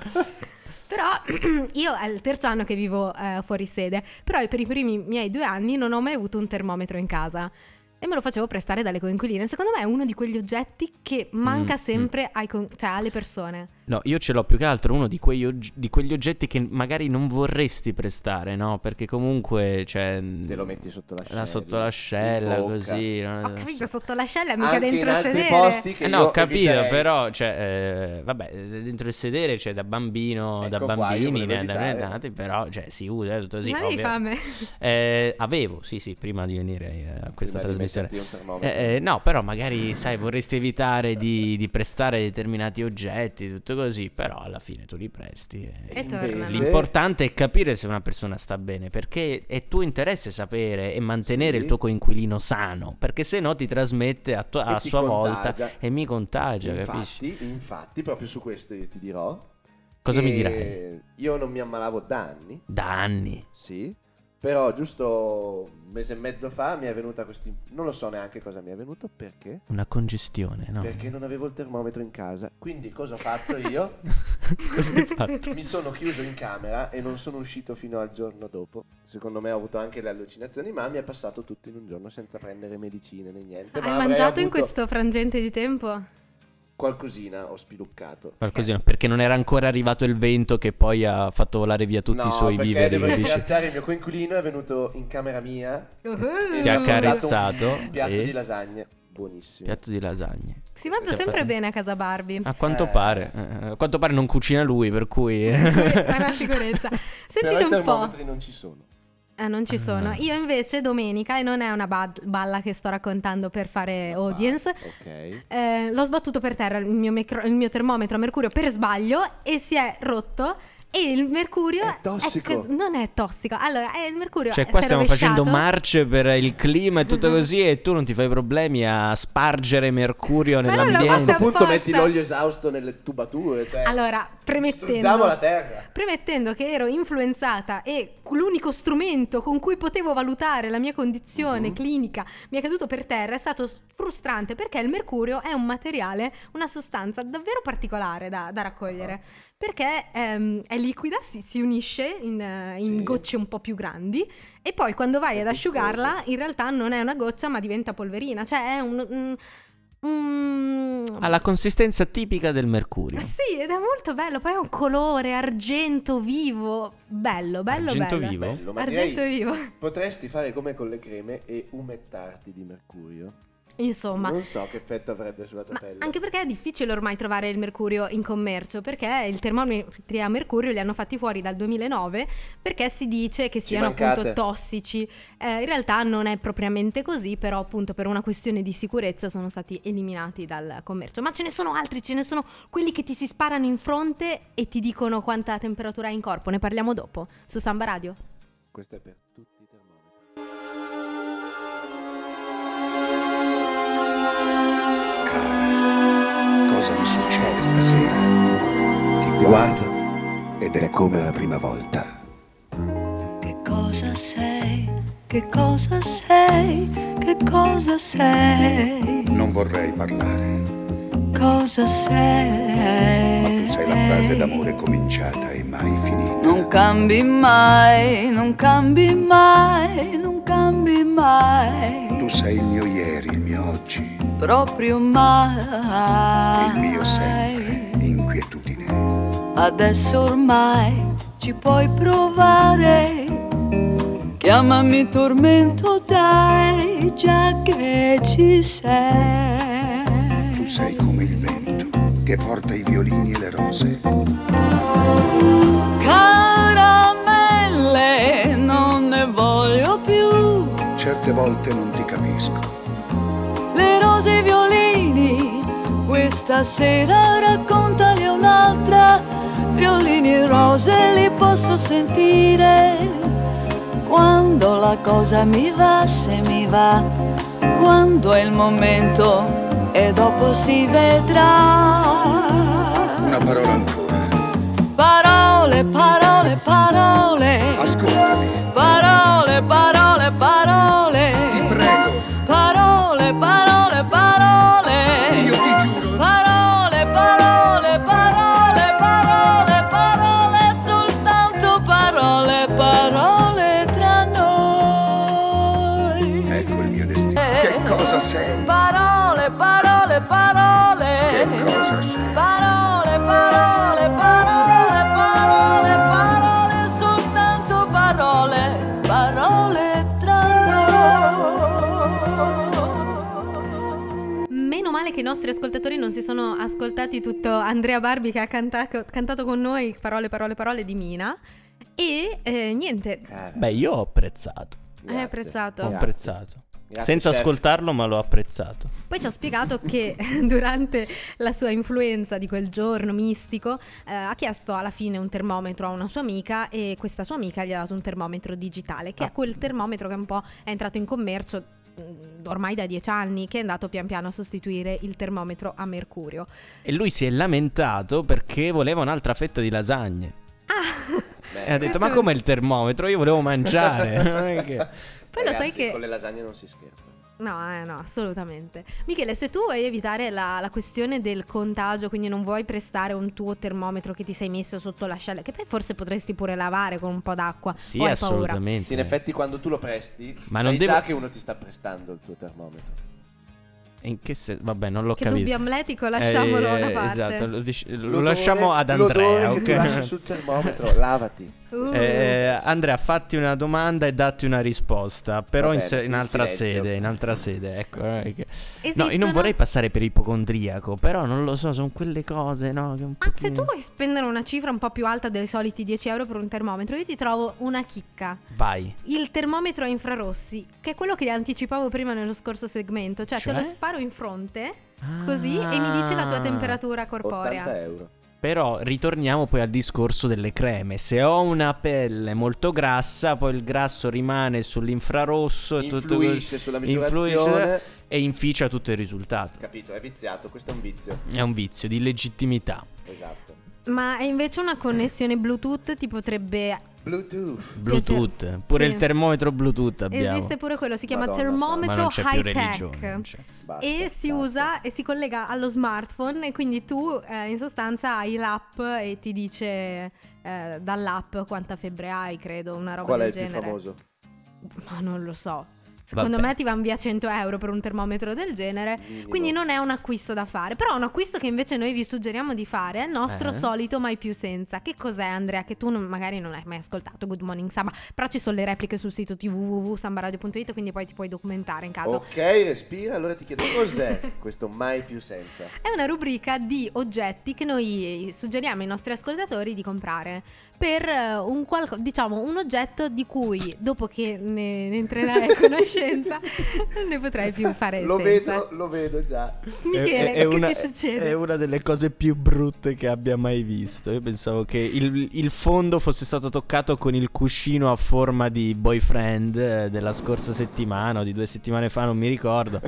Però <clears throat> io è il terzo anno che vivo eh, fuori sede, però per i primi miei due anni non ho mai avuto un termometro in casa e me lo facevo prestare dalle coinquiline. Secondo me è uno di quegli oggetti che manca Mm, sempre ai con- cioè, alle persone. No, io ce l'ho più che altro uno di, quegli ogg- di quegli oggetti che magari non vorresti prestare, no? Perché comunque, cioè... Te lo metti sotto l'ascella. la sotto l'ascella, in bocca. così. non- Ho capito, sotto l'ascella, Cioè, mica Anche dentro in il altri sedere. posti che Eh no, io ho capito, eviterei. però, cioè, eh, vabbè, dentro il sedere, c'è da bambino, Ecco da qua, io bambini, volevo ne- da evitare. nati, però, cioè, si usa tutto così. non avevi ovvio. fame? Eh, avevo, sì, sì, prima di venire eh, a questa Prima di trasmissione. metterti un termometro. Eh, eh, no, però magari, sai, vorresti evitare di, di prestare determinati oggetti, tutto così, però alla fine tu li presti. eh. E torna. Invece- L'importante è capire se una persona sta bene, perché è tuo interesse sapere e mantenere Sì. il tuo coinquilino sano, perché se no ti trasmette a, tua- <laughs> E a ti sua volta contagia. e mi contagia, capisci? infatti, infatti, proprio su questo io ti dirò. Cosa mi che dirai? Io non mi ammalavo da anni, Da anni. sì. Però giusto un mese e mezzo fa mi è venuta questa. Non lo so neanche cosa mi è venuto, perché? Una congestione, no? <laughs> Perché non avevo il termometro in casa. Quindi cosa ho fatto io? Cosa hai fatto? Mi sono chiuso in camera e non sono uscito fino al giorno dopo. Secondo me ho avuto anche le allucinazioni, ma mi è passato tutto in un giorno senza prendere medicine né niente. ma Hai avrei mangiato in avuto questo frangente di tempo? Qualcosina ho spiluccato. Qualcosina, perché non era ancora arrivato il vento che poi ha fatto volare via tutti no, i suoi perché viveri, devo capisci? ringraziare il mio coinquilino, è venuto in camera mia. e Ti mi ha ha portato carezzato Un piatto e- di lasagne, buonissimo. Piatto di lasagne. Si mangia Cioè, sempre per- bene a casa <laughs> Barbie. A quanto Eh. pare. eh, a quanto pare non cucina lui, per cui... eh. è una sicurezza. Sentite Però i un po'. termometri non ci sono. Ah, non Eh, ci sono. Io invece domenica, e non è una bad- balla che sto raccontando per fare Ah, audience, ok. eh, l'ho sbattuto per terra il mio, micro- il mio termometro a mercurio per sbaglio e si è rotto. E il mercurio È tossico. c- non è tossico. Allora, eh, il mercurio Cioè, si qua è stiamo rovesciato. facendo marce per il clima <laughs> e tutto così, e tu non ti fai problemi a spargere mercurio Ma non l'ho A questo nell'ambiente. fatta- punto apposta. metti l'olio esausto nelle tubature. Cioè, Allora, distruggiamo la premettendo, terra. premettendo che ero influenzata e l'unico strumento con cui potevo valutare la mia Mhm. condizione clinica mi è caduto per terra, è stato s- frustrante perché il mercurio è un materiale, una sostanza davvero particolare da, da Ah. raccogliere, perché ehm, è liquida, si, si unisce in, eh, in Sì. gocce un po' più grandi e poi quando vai È ad asciugarla in realtà non è una goccia ma diventa polverina, cioè è un... un- un- Ha la consistenza tipica del mercurio. ma Ah, Sì, ed è molto bello. Poi è un colore argento vivo. Bello, bello, Argento bello. vivo? Bello, ma Argento direi vivo. <laughs> Potresti fare come con le creme e umettarti di mercurio. Insomma. Non so che effetto avrebbe sulla tua Ma pelle. anche perché è difficile ormai trovare il mercurio in commercio, perché il termometri a mercurio li hanno fatti fuori dal 2009 perché si dice che siano appunto mancate. tossici. Eh, in realtà non è propriamente così, però appunto per una questione di sicurezza sono stati eliminati dal commercio. Ma ce ne sono altri, ce ne sono quelli che ti si sparano in fronte e ti dicono quanta temperatura hai in corpo. Ne parliamo dopo su Samba Radio. Questo è per tutti i termometri. Cara, cosa mi succede stasera? Ti guardo ed è come la prima volta. Che cosa sei? Che cosa sei? Che cosa sei? Non vorrei parlare, Cosa sei? ma tu sei la frase d'amore cominciata e mai finita. Non cambi mai, non cambi mai, non cambi mai. Tu sei il mio ieri, il mio oggi, Proprio mai. il mio sempre, inquietudine. Adesso ormai ci puoi provare. Chiamami tormento, dai, già che ci sei. Tu sei come il vento che porta i violini e le rose. Caramelle, non ne voglio più. Certe volte non ti capisco, Le rose e i violini, questa sera raccontali un'altra. Violini e rose li posso sentire. Quando la cosa mi va, se mi va, quando è il momento e dopo si vedrà. una parola ancora. Parole, parole, parole. Ascoltami, Parole, parole, parole. ti prego, Parole, parole, parole. io ti giuro. Parole, parole, parole, parole, parole, soltanto parole, parole tra noi. Ecco il mio destino. Che cosa sei? Parole, parole, Che parole. cosa sei? Parole, parole, parole, parole, parole, soltanto parole, parole tra noi. Meno male che i nostri ascoltatori non si sono ascoltati tutto Andrea Barbi che ha cantato, cantato con noi parole, parole, parole di Mina. E eh, niente, Cara, Beh, io ho apprezzato. grazie. apprezzato. Ho Grazie. apprezzato. Grazie, Senza chef. ascoltarlo, ma l'ho apprezzato. Poi ci ha spiegato che <laughs> durante la sua influenza di quel giorno mistico eh, ha chiesto alla fine un termometro a una sua amica e questa sua amica gli ha dato un termometro digitale, Ah. che è quel termometro che un po' è entrato in commercio mm, ormai da dieci anni, che è andato pian piano a sostituire il termometro a mercurio. E lui si è lamentato perché voleva un'altra fetta di lasagne. e ha questo detto: Ma è- com'è il termometro? Io <laughs> volevo mangiare. Non è che- Poi lo sai Ragazzi, che... Con le lasagne non si scherza. No, eh, no, assolutamente. Michele, se tu vuoi evitare la, la questione del contagio, quindi non vuoi prestare un tuo termometro che ti sei messo sotto l'ascella, che poi forse potresti pure lavare con un po' d'acqua. Sì, o hai paura. assolutamente. Sì, in effetti quando tu lo presti, Ma sai non devo- già che uno ti sta prestando il tuo termometro. E In che se- Vabbè, non l'ho Che capito. dubbio amletico, lasciamolo da parte. Esatto, lo, dic- lo L'odore- lasciamo ad Andrea. l'odore ok? Che ti lasci <laughs> sul termometro, lavati. Uh, Eh, Andrea, fatti una domanda e datti una risposta, però in, bene, se- in in altra silenzio. sede, in altra sede, ecco. non è che- No, io esistono- non vorrei passare per ipocondriaco, però non lo so, sono quelle cose, no? Che un Ma se tu pochino- vuoi spendere una cifra un po' più alta dei soliti 10 euro per un termometro, io ti trovo una chicca. Vai. Il termometro a infrarossi, che è quello che anticipavo prima nello scorso segmento, cioè, Cioè? te lo sparo in fronte, così, e mi dice la tua Ah. temperatura corporea. 80 euro. Però ritorniamo poi al discorso delle creme. Se ho una pelle molto grassa, poi il grasso rimane sull'infrarosso e tutto Influisce sulla misurazione. influisce e inficia tutto il risultato. Capito, è viziato, questo è un vizio. È un vizio di legittimità. Esatto. Ma è invece una connessione Bluetooth ti potrebbe... Bluetooth. Bluetooth, pure Sì. il termometro Bluetooth abbiamo. Esiste pure quello, si chiama Madonna, ma termometro non c'è più high religione. cioè. non tech. c'è. Basta, E si basta. usa e si collega allo smartphone e quindi tu eh, in sostanza hai l'app e ti dice eh, dall'app quanta febbre hai, credo, una roba Qual è del il genere. più famoso? Ma non lo so. Secondo Vabbè. me ti vanno via 100 euro per un termometro del genere. Minimo. Quindi non è un acquisto da fare, però è un acquisto che invece noi vi suggeriamo di fare, è il nostro Eh. solito mai più senza. Che cos'è Andrea? Che tu non- magari non hai mai ascoltato Good Morning Samba, però ci sono le repliche sul sito www.sambaradio.it, quindi poi ti puoi documentare in caso. Ok, respira, allora ti chiedo <laughs> cos'è questo mai più senza? È una rubrica di oggetti che noi suggeriamo ai nostri ascoltatori di comprare per eh, un, qualco- diciamo, un oggetto di cui dopo che ne, ne <laughs> entrerai a conoscenza non ne potrai più fare Lo senza. vedo, lo vedo già. Michele, che ti succede? È una delle cose più brutte che abbia mai visto. Io pensavo che il, il fondo fosse stato toccato con il cuscino a forma di boyfriend eh, della scorsa settimana o di due settimane fa, non mi <laughs> ricordo.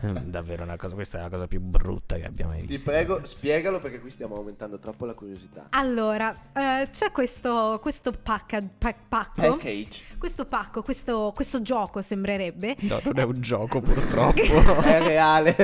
Eh, Davvero una cosa, questa è la cosa più brutta che abbia mai Ti visto. prego, ragazzi. spiegalo perché qui stiamo aumentando troppo la curiosità. Allora, eh, c'è questo, questo pacca- pa- pacco. Package. Questo pacco, questo, questo gioco sembrerebbe. No, <laughs> non è un gioco purtroppo. <laughs> È reale.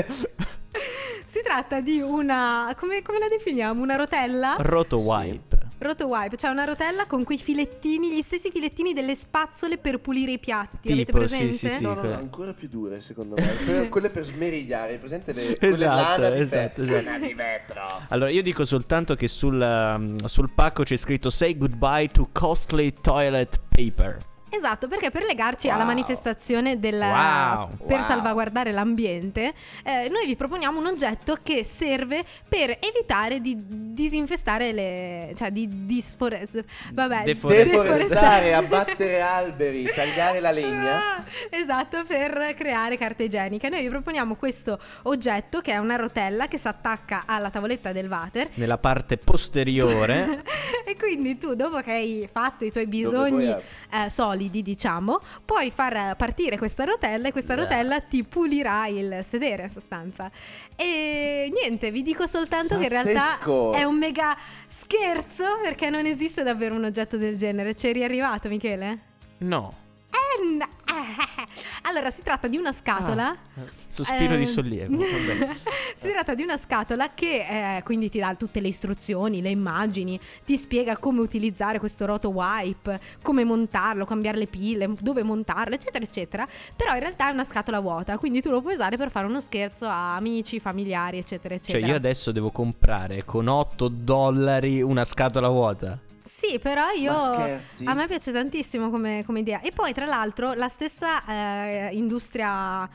Si tratta di una. Come, come la definiamo? Una rotella? Roto wipe. Rotowipe, cioè una rotella con quei filettini, gli stessi filettini delle spazzole per pulire i piatti. Avete Tipo, sì, presente? sì, sì. No, no, no, quella- ancora più dure secondo me. <laughs> Que- Quelle per smerigliare, hai presente le quelle Esatto, lana di esatto, vetro? esatto. Lana di vetro. Allora, io dico soltanto che sul, ehm, sul pacco c'è scritto Say goodbye to costly toilet paper. Esatto, perché per legarci alla Wow. manifestazione del Wow. per Wow. salvaguardare l'ambiente, eh, noi vi proponiamo un oggetto che serve per evitare di disinfestare le cioè di disforestare vabbè, Deforestare. Deforestare, abbattere alberi, tagliare <laughs> la legna. Ah, Esatto, per creare carta igienica. Noi vi proponiamo questo oggetto che è una rotella che si attacca alla tavoletta del water Nella parte <laughs> posteriore. <laughs> e quindi tu, dopo che hai fatto i tuoi Dove bisogni poi è- eh, solidi, diciamo, puoi far partire questa rotella e questa Beh. rotella ti pulirà il sedere in sostanza. E niente, vi dico soltanto che in Pazzesco! realtà è un mega scherzo perché non esiste davvero un oggetto del genere. C'eri arrivato, Michele? No. Eh, no. <laughs> Allora, si tratta di una scatola. Ah, sospiro Eh, di sollievo. <laughs> Eh. vabbè. si tratta di una scatola che eh, quindi ti dà tutte le istruzioni, le immagini, ti spiega come utilizzare questo roto wipe, come montarlo, cambiare le pile, dove montarlo, eccetera, eccetera. Però in realtà è una scatola vuota, quindi tu lo puoi usare per fare uno scherzo a amici, familiari, eccetera, Cioè, eccetera. io adesso devo comprare con 8 dollari una scatola vuota. Sì, però <laughs> io. Ma scherzi? A me piace tantissimo come, come idea. E poi, tra l'altro, la stessa eh, industria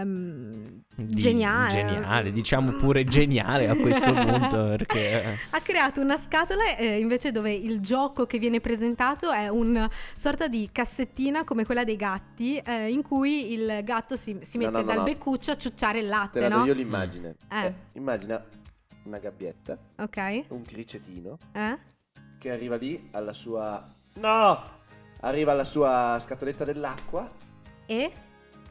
ehm, Di- geniale. geniale, diciamo pure geniale a <laughs> questo punto, perché- eh. ha creato una scatola eh, invece dove il gioco che viene presentato è una sorta di cassettina come quella dei gatti eh, in cui il gatto si, si No, mette no, no, dal no. beccuccio a ciucciare il Te latte, la do no? io l'immagine. Eh. Eh, immagina una gabbietta, Ok. Eh? un cricetino che arriva lì alla sua... Arriva alla sua scatoletta dell'acqua E?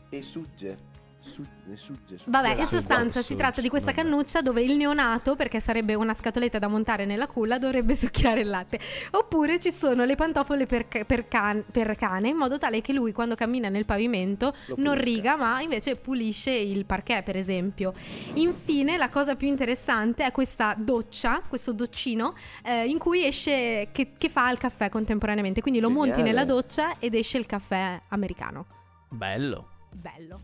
e sugge. Su- ne sugge, sugge. Vabbè, in Sul sostanza box, si tratta di questa vabbè. cannuccia dove il neonato, perché sarebbe una scatoletta da montare nella culla, dovrebbe <laughs> succhiare il latte. Oppure ci sono le pantofole per, ca- per can- per cane, in modo tale che lui quando cammina nel pavimento Lo non pulisca. riga, ma invece pulisce il parquet, per esempio. Infine, la cosa più interessante è questa doccia, questo doccino, eh, in cui esce, che, che fa il caffè contemporaneamente. Quindi lo monti Geniale. nella doccia ed esce il caffè americano. Bello. Bello.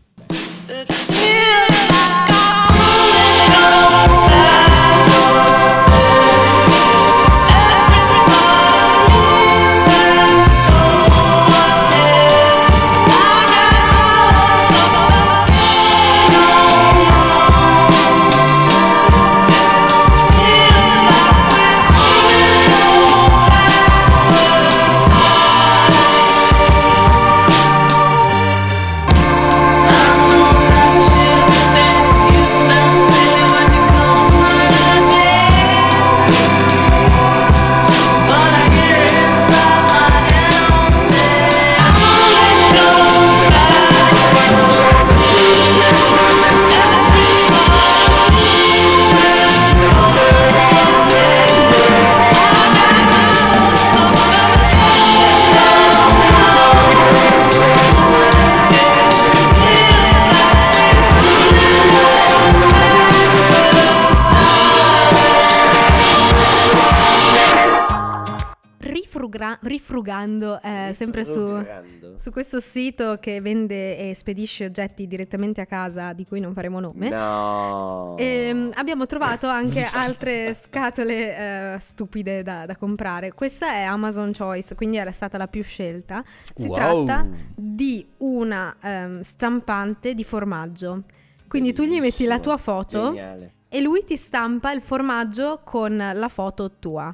I know that you think you sound silly when you call ma rifrugando eh, sempre su, Ruggerando. Su questo sito che vende e spedisce oggetti direttamente a casa, di cui non faremo nome, No. ehm, abbiamo trovato <laughs> anche altre scatole eh, stupide da, da comprare. Questa è Amazon Choice, quindi era stata la più scelta. Si Wow. tratta di una ehm, stampante di formaggio. Quindi tu gli metti la Bellissimo, tua foto Geniale. e lui ti stampa il formaggio con la foto tua.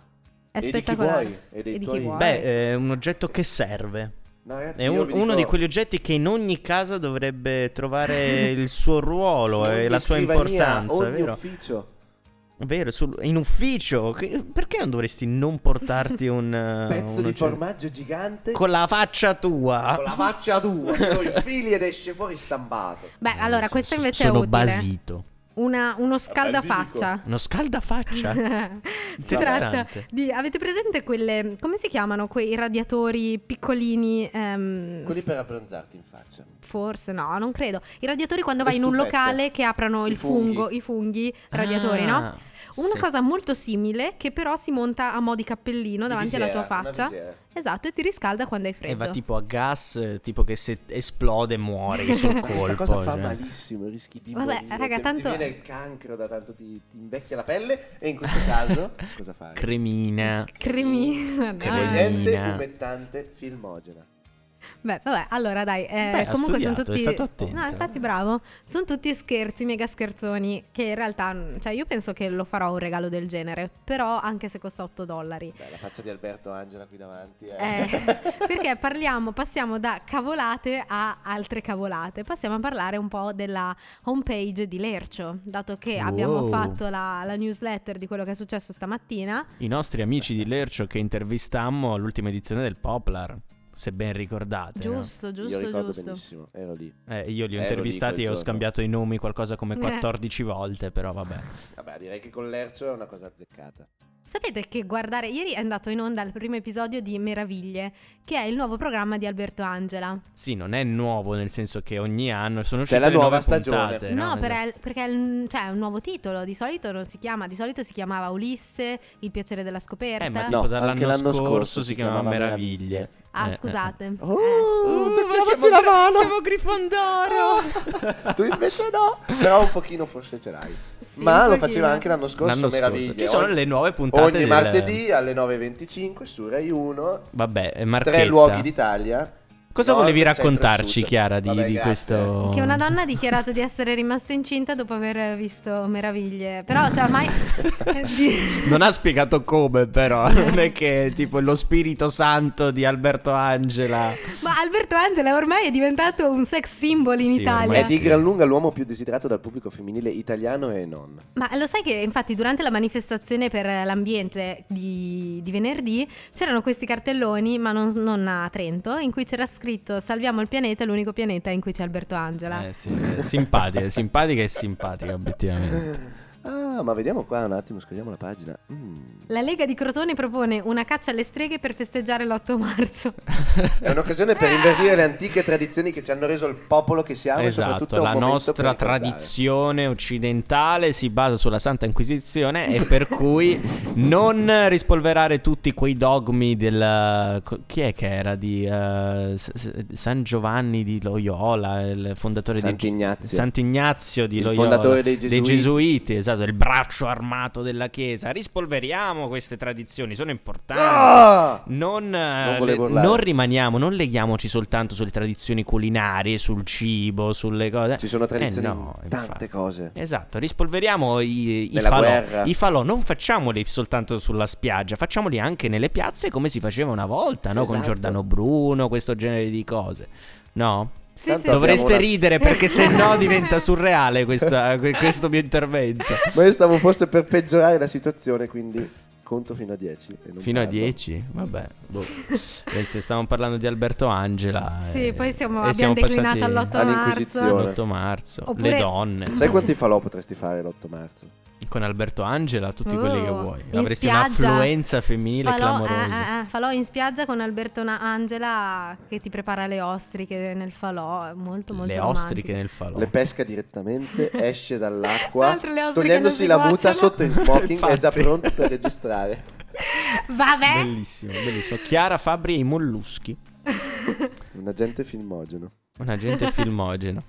È E di chi spettacolare. vuoi, e dei E di chi tuoi- vuoi. Beh, è un oggetto che serve. No, ragazzi, È io un- vi uno dico- di quegli oggetti che in ogni casa dovrebbe <laughs> trovare il suo ruolo su e ogni eh, la sua scrivania, importanza, ogni vero? ufficio. Vero, sul- in ufficio. Che- Perché non dovresti non portarti un <laughs> eh, Pezzo un di oggetto? formaggio gigante con la faccia tua? <laughs> con la faccia tua, lo infili ed esce fuori stampato. Beh, allora, questa Eh, So- invece sono è utile. basito. Una- uno scaldafaccia. Uno scaldafaccia. Si tratta Interessante. di. Avete presente quelle. come si chiamano quei radiatori piccolini? ehm, Quelli s- per abbronzarti in faccia. Forse no, non credo. I radiatori quando Le vai in un stufette. locale che aprono I il fungo, funghi. i funghi <laughs> radiatori, Ah, no? Una sì. cosa molto simile che però si monta a mo' di cappellino davanti alla tua faccia. Esatto, e ti riscalda quando hai E freddo. va tipo a gas, eh, tipo che se <laughs> esplode muori sul colpo. Questa cosa fa cioè. malissimo, rischi di Vabbè, morire, raga, ti- tanto- ti viene il cancro da tanto ti, ti invecchia la pelle e in questo <laughs> caso cosa fai? Cremina. Cremina. Cremina. Ingrediente umettante filmogena. Beh, vabbè, allora dai, eh, Beh, ha comunque sono studiato, è tutti... stato attento. No, infatti bravo, sono tutti scherzi, mega scherzoni, che in realtà, cioè io penso che lo farò un regalo del genere, però anche se costa 8 dollari. Beh, la faccia di Alberto Angela qui davanti è... <laughs> Eh, <laughs> perché parliamo, passiamo da cavolate a altre cavolate, passiamo a parlare un po' della homepage di Lercio, dato che abbiamo Wow. fatto la, la newsletter di quello che è successo stamattina. I nostri amici di Lercio che intervistammo all'ultima edizione del Poplar, se ben ricordate. no? Giusto, Io giusto, ricordo giusto. benissimo, ero lì. Eh, io li ho Eh, lo intervistati dico, e ho giorno. scambiato i nomi qualcosa come Eh. 14 volte, però vabbè. Vabbè, direi che con l'ercio è una cosa azzeccata. Sapete che guardare, ieri è andato in onda il primo episodio di Meraviglie, che è il nuovo programma di Alberto Angela. Sì, non è nuovo nel senso che ogni anno sono C'è uscite la le nuove nuova stagione. puntate, No, Eh, no? esatto. per- perché è il- cioè, è un nuovo titolo, di solito non si chiama, di solito si chiamava Ulisse, Il piacere della scoperta. Eh, ma No, tipo dall'anno anche l'anno scorso, scorso si chiamava Meraviglie. ah, Eh, scusate. Oh, Eh. tocchiamoci la mano! siamo Grifondoro! <laughs> tu invece no. Però un pochino forse ce l'hai. Sì, un Ma lo pochino. faceva anche l'anno scorso, L'anno scorso. meraviglia. Ci sono Ogni- le nuove puntate Ogni del- martedì alle 9.25 su Rai 1. Vabbè, eh, Tre Marchetta. luoghi d'Italia. Cosa Nord, volevi centro, raccontarci, sud. Chiara, di, Vabbè, di grazie. questo... Che una donna ha dichiarato di essere rimasta incinta dopo aver visto Meraviglie. Però, cioè, <laughs> ormai... di- Non ha spiegato come, <laughs> però. Non è che tipo lo spirito santo di Alberto Angela. Ma Alberto Angela ormai è diventato un sex symbol in Sì, Italia. ormai È sì. di gran lunga l'uomo più desiderato dal pubblico femminile italiano e non. Ma lo sai che infatti durante la manifestazione per l'ambiente di, di venerdì c'erano questi cartelloni, ma non, non a Trento, in cui c'era scritto Salviamo il pianeta, l'unico pianeta in cui c'è Alberto Angela. Eh, <laughs> sì, eh, simpatica, simpatica e simpatica, obiettivamente. <laughs> Ah, ma vediamo qua un attimo, scriviamo la pagina. Mm. La Lega di Crotone propone una caccia alle streghe per festeggiare l'8 marzo. Eh, È un'occasione Eh. per invertire le antiche tradizioni che ci hanno reso il popolo che siamo e soprattutto Esatto, è un la momento per nostra ricordare. tradizione occidentale si basa sulla Santa Inquisizione e per cui non rispolverare tutti quei dogmi del... co- Chi è che era? Di eh, S- S- San Giovanni di Loyola, il fondatore di... Sant'Ignazio. Sant'Ignazio di Il Loyola. fondatore dei Gesuiti. Gesuiti, esatto, il braccio armato della Chiesa. Rispolveriamo queste tradizioni, sono importanti. Ah! Non, eh, Non volevo le- urlare. non rimaniamo, non leghiamoci soltanto sulle tradizioni culinarie, sul cibo, sulle cose. Ci sono Eh, tradizioni no, in tante infatti. cose. Esatto, rispolveriamo i, i Nella falò. guerra. I falò non facciamoli soltanto sulla spiaggia, facciamoli anche nelle piazze come si faceva una volta, no? Con Esatto. Giordano Bruno, questo genere di cose. No? Sì, Tanto sì, abbiamo Dovreste una- ridere <laughs> perché se no diventa surreale questa- que- questo mio intervento. Ma io stavo forse per peggiorare la situazione, quindi conto fino a 10. e non Fino a parlo. 10? <laughs> Vabbè. boh. Eh, se Stavamo parlando di Alberto Angela. Sì, eh, poi siamo- e abbiamo siamo declinato passati all'8 all'Inquisizione. marzo. marzo. all'8 marzo. Oppure- Le donne. cioè, Sai quanti falò potresti fare l'8 marzo? Con Alberto Angela, tutti Oh, quelli che vuoi. in Avresti spiaggia. un'affluenza femminile Falò, clamorosa. eh, eh, eh, falò in spiaggia con Alberto Na- Angela che ti prepara le ostriche nel falò, è molto molto Le romantico. ostriche nel falò. Le pesca direttamente, esce Tra dall'acqua, l'altro le ostriche non togliendosi si la muta cuociono. sotto in smoking, è già Infatti. pronto per registrare. Vabbè. Bellissimo, bellissimo. Chiara Fabri e i molluschi. Un agente filmogeno. Un <laughs> agente filmogeno.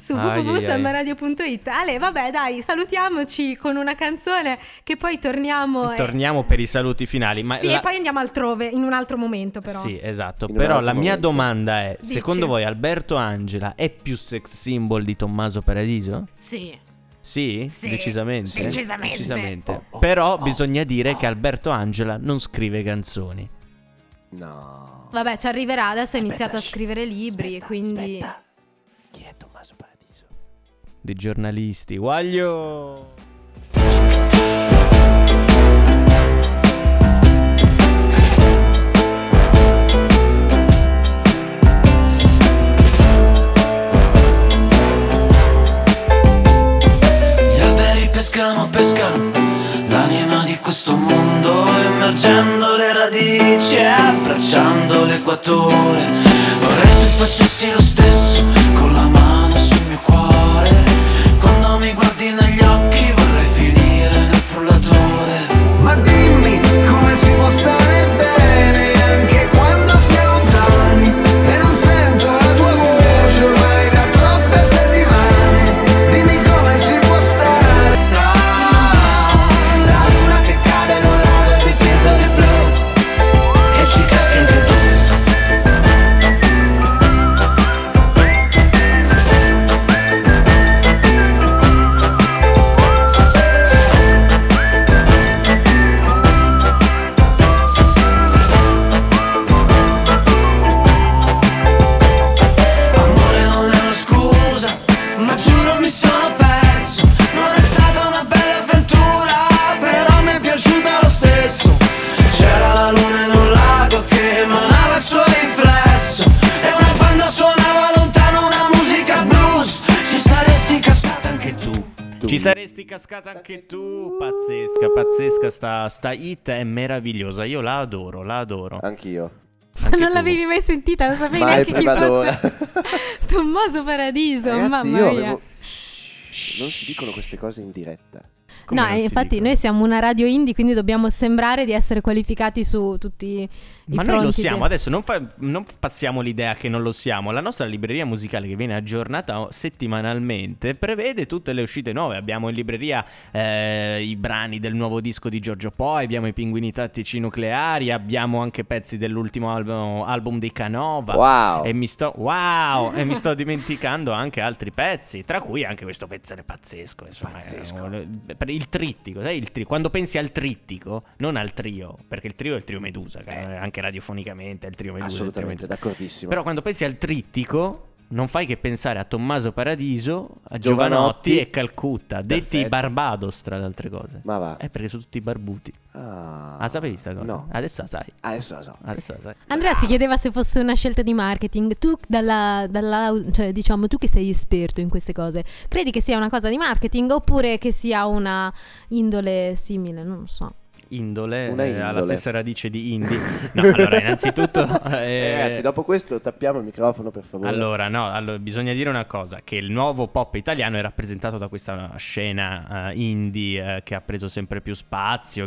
su Ai, ai, ai. www.salmaradio.it. Ale, vabbè, dai, salutiamoci con una canzone che poi torniamo. e- Torniamo per i saluti finali. Ma sì, la- e poi andiamo altrove, in un altro momento, però. Sì, esatto. In un Però altro la mia momento. domanda è: Dici. secondo voi Alberto Angela è più sex symbol di Tommaso Paradiso? Sì. Sì, Sì, decisamente. decisamente. Decisamente. Oh, Però bisogna dire che Alberto Angela non scrive canzoni. No. Vabbè, ci arriverà, adesso ha iniziato a shh. scrivere libri, Aspetta, quindi... aspetta. Chi è Tommaso Paradiso? Dei giornalisti. Guaglio! Gli alberi pescano, pescano l'anima di questo mondo, immergendo le radici e abbracciando l'equatore. Vorrei tu facessi lo stesso con la mano sul mio cuore. Quando mi guardi negli occhi vorrei finire nel frullatore. Ma dimmi come si può stare bene anche quando si è lontani E non sento la tua voce ormai da troppe settimane Dimmi come si può stare Sa, La luna che cade in un lago dipinto di blu E ci casca anche tu Amore non è una scusa, ma giuro mi sono perso Non è stata una bella avventura, però mi è piaciuta lo stesso C'era la luna in un lago che emanava il suo riflesso E una banda suonava lontano una musica blues Ci saresti cascata anche tu Ci saresti cascata anche tu. Pazzesca, pazzesca. Sta, sta hit è meravigliosa. Io la adoro, la adoro. Eh. Anch'io. Anche non tu. l'avevi mai sentita, non sapevi Mai neanche chi prima d'ora. fosse. <laughs> Tommaso Paradiso, Ragazzi, mamma io mia. avevo- Shh, Non si dicono queste cose in diretta. Come no, non eh, si infatti dicono? noi siamo una radio indie, quindi dobbiamo sembrare di essere qualificati su tutti i Ma i noi lo fronti siamo, del- adesso non, fa- non passiamo l'idea che non lo siamo. La nostra libreria musicale che viene aggiornata settimanalmente prevede tutte le uscite nuove. Abbiamo in libreria eh, i brani del nuovo disco di Giorgio Poi, abbiamo i pinguini tattici nucleari, abbiamo anche pezzi dell'ultimo album, album dei Canova. Wow. E mi sto wow, e mi sto dimenticando anche altri pezzi, tra cui anche questo pezzone pazzesco, insomma, Pazzesco. eh, per il trittico, sai il tri- quando pensi al trittico, non al trio, perché il trio è il trio Medusa, che, eh, anche radiofonicamente è il trio Medusa, il trio Assolutamente, Medusa. d'accordissimo. Però quando pensi al trittico non fai che pensare a Tommaso Paradiso, a Giovanotti, Giovanotti e Calcutta, detti Perfetto. Barbados tra le altre cose. Ma va. Eh, perché sono tutti barbuti. Ah, Ah, sapevi sta cosa? No. Ah, Adesso la sai. Adesso lo so. Adesso la sai. Andrea si chiedeva se fosse una scelta di marketing. Tu, dalla, dalla- cioè, diciamo, tu che sei esperto in queste cose, credi che sia una cosa di marketing oppure che sia una indole simile? Non lo so. Indole, Una eh, indole. ha la stessa radice di <laughs> Indy. No, allora, innanzitutto... <laughs> eh, Eh, ragazzi, dopo questo tappiamo il microfono, per favore. Allora, no, allo- bisogna dire una cosa, che il nuovo pop italiano è rappresentato da questa scena eh, indie eh, che ha preso sempre più spazio,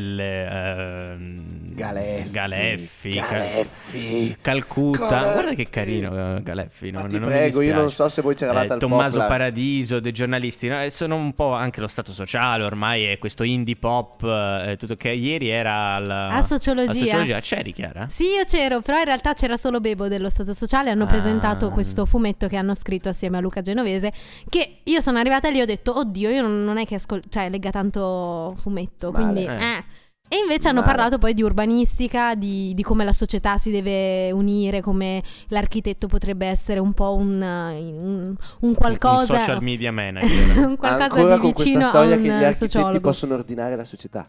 gazzelle, ehm, Galeffi. Galeffi, Ca- Galeffi. Calcutta, Galeffi. guarda che carino eh, Galeffi, Ma no, ti non mi prego, io dispiace. non so se voi c'eravate Eh, al Tommaso Poplar. Paradiso, dei giornalisti, no? E sono un po' anche lo stato sociale ormai, è questo indie pop, eh, tutto che ieri era al- A sociologia. a sociologia. c'eri Chiara? Sì, io c'ero, però in realtà c'era solo Bebo dello Stato Sociale. Hanno Ah. presentato questo fumetto che hanno scritto assieme a Luca Genovese. Che io sono arrivata lì e ho detto, oddio, io non, non è che ascol- cioè, legga tanto fumetto. Male. Quindi, Eh. eh. E invece hanno Male. parlato poi di urbanistica, di, di come la società si deve unire, come l'architetto potrebbe essere un po' un, eh, un- un qualcosa. Un social <laughs> media manager. un qualcosa Ancora di con vicino questa a storia che un gli eh, architetti sociologo. possono ordinare la società.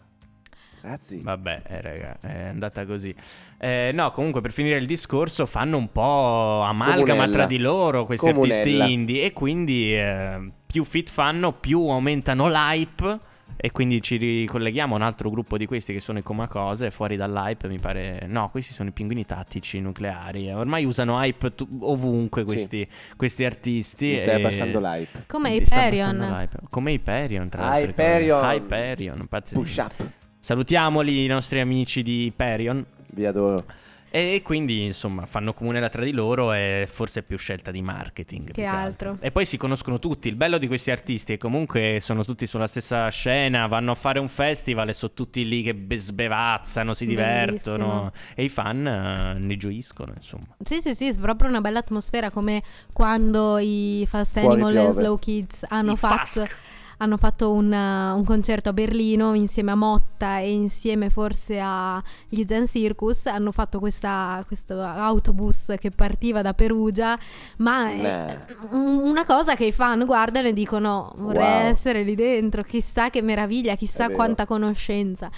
Ragazzi, Vabbè, eh, raga, è andata così. Eh, no, comunque, per finire il discorso, fanno un po' amalgama Comunella. tra di loro questi Comunella. artisti indie. E quindi eh, più fit fanno, più aumentano l'hype. E quindi ci ricolleghiamo a un altro gruppo di questi che sono i Comacose, fuori dall'hype mi pare... No, questi sono i pinguini tattici nucleari. eh, Ormai usano hype tu- ovunque Sì. questi, questi artisti. mi stai e- abbassando l'hype. Come mi sta Hyperion. abbassando l'hype. Come Hyperion, tra l'altro. Hyperion. Hyperion, pazzesco. Push up. Salutiamoli i nostri amici di Perion. Vi adoro. E quindi insomma fanno comune la tra di loro e forse è più scelta di marketing. più altro. E poi si conoscono tutti. Il bello di questi artisti è che comunque sono tutti sulla stessa scena, vanno a fare un festival e sono tutti lì che be- sbevazzano, si divertono Bellissimo. e i fan eh, ne gioiscono insomma. Sì, sì, sì, è proprio una bella atmosfera come quando i Fast Fuori Animal e piove. Slow Kids hanno I fatto, Fask. hanno fatto un, uh, un concerto a Berlino insieme a Motta e insieme forse agli Zen Circus. Hanno fatto questa- questo autobus che partiva da Perugia, ma è un- una cosa che i fan guardano e dicono vorrei Wow. essere lì dentro, chissà che meraviglia, chissà vero. quanta conoscenza.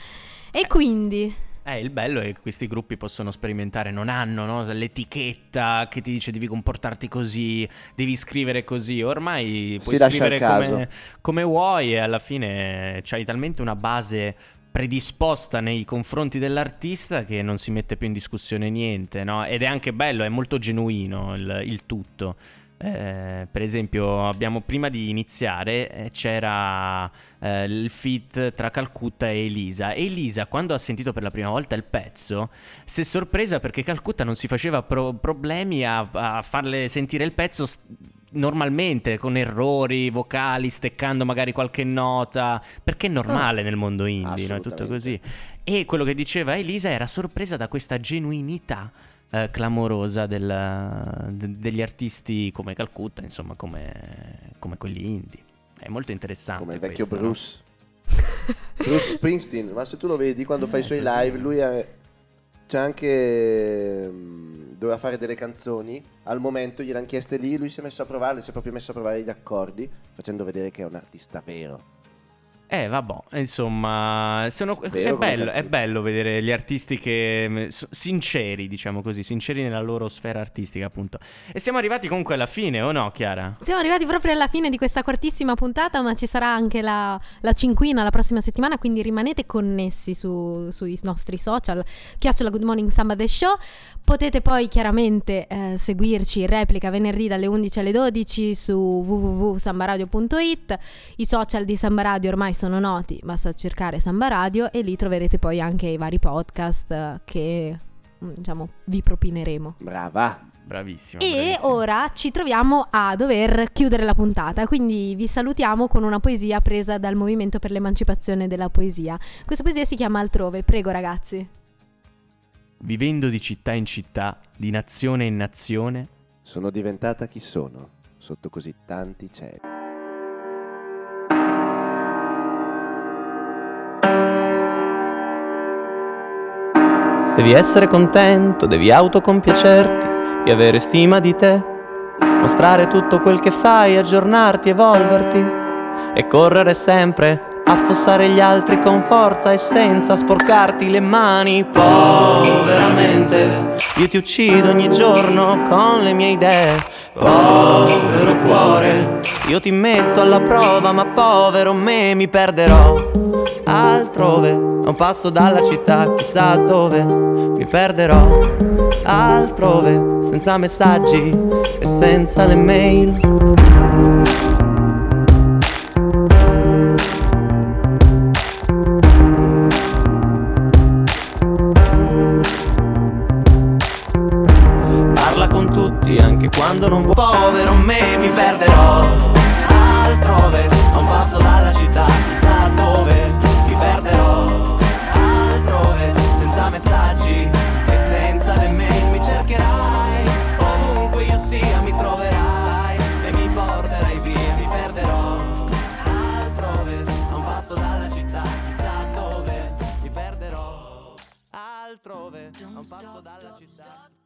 E quindi... Eh, il bello è che questi gruppi possono sperimentare, non hanno no, l'etichetta che ti dice devi comportarti così, devi scrivere così, ormai puoi Si lascia al scrivere come, come vuoi e alla fine c'hai talmente una base predisposta nei confronti dell'artista che non si mette più in discussione niente, no? Ed è anche bello, è molto genuino il, il tutto. Eh, per esempio, abbiamo prima di iniziare eh, c'era eh, il feat tra Calcutta e Elisa. E Elisa, quando ha sentito per la prima volta il pezzo, si è sorpresa perché Calcutta non si faceva pro- problemi a, a farle sentire il pezzo. s- Normalmente, con errori vocali, steccando magari qualche nota, perché è normale nel mondo indie, no? è tutto così. Assolutamente. E quello che diceva Elisa era sorpresa da questa genuinità eh, clamorosa del- de- degli artisti come Calcutta, insomma, come, come quelli indie. È molto interessante. Come il vecchio questo, no? <laughs> Bruce. Bruce Springsteen, ma se tu lo vedi quando fa i suoi live, lui ha- c'è anche... mm, doveva fare delle canzoni, al momento gliel'hanno chieste lì, lui si è messo a provarle, si è proprio messo a provare gli accordi, facendo vedere che è un artista vero. Eh, vabbè, insomma, sono- è, Vero, come bello, è Calcutta. bello vedere gli artisti che mh, so- sinceri, diciamo così, sinceri nella loro sfera artistica, appunto. E siamo arrivati comunque alla fine, o no, Chiara? Siamo arrivati proprio alla fine di questa cortissima puntata, ma ci sarà anche la, la cinquina la prossima settimana, quindi rimanete connessi su- sui nostri social, chiocciola Good Morning Samba The Show. Potete poi chiaramente eh, seguirci in replica venerdì dalle 11 alle 12 su www.sambaradio.it. I social di Samba Radio ormai sono noti, basta cercare Samba Radio e lì troverete poi anche i vari podcast eh, che mm, diciamo vi propineremo. Brava! Bravissimo. E ora ci troviamo a dover chiudere la puntata, quindi vi salutiamo con una poesia presa dal Movimento per l'Emancipazione della Poesia. Questa poesia si chiama Altrove, prego ragazzi. Vivendo di città in città, di nazione in nazione, Sono diventata chi sono, sotto così tanti cieli. Devi essere contento, devi autocompiacerti e avere stima di te. Mostrare tutto quel che fai, aggiornarti, evolverti e correre sempre a affossare gli altri con forza e senza sporcarti le mani. Poveramente, io ti uccido ogni giorno con le mie idee. Povero cuore, io ti metto alla prova, ma povero me mi perderò altrove, a un passo dalla città, chissà dove mi perderò altrove, senza messaggi e senza le mail. Parla con tutti anche quando non vuoi. Povero me mi perderò altrove, a un passo dalla città, chissà dove mi perderò altrove, senza messaggi e senza le mail mi cercherai. Ovunque io sia mi troverai e mi porterai via, mi perderò altrove, a un passo dalla città, chissà dove mi perderò altrove, a un passo dalla città.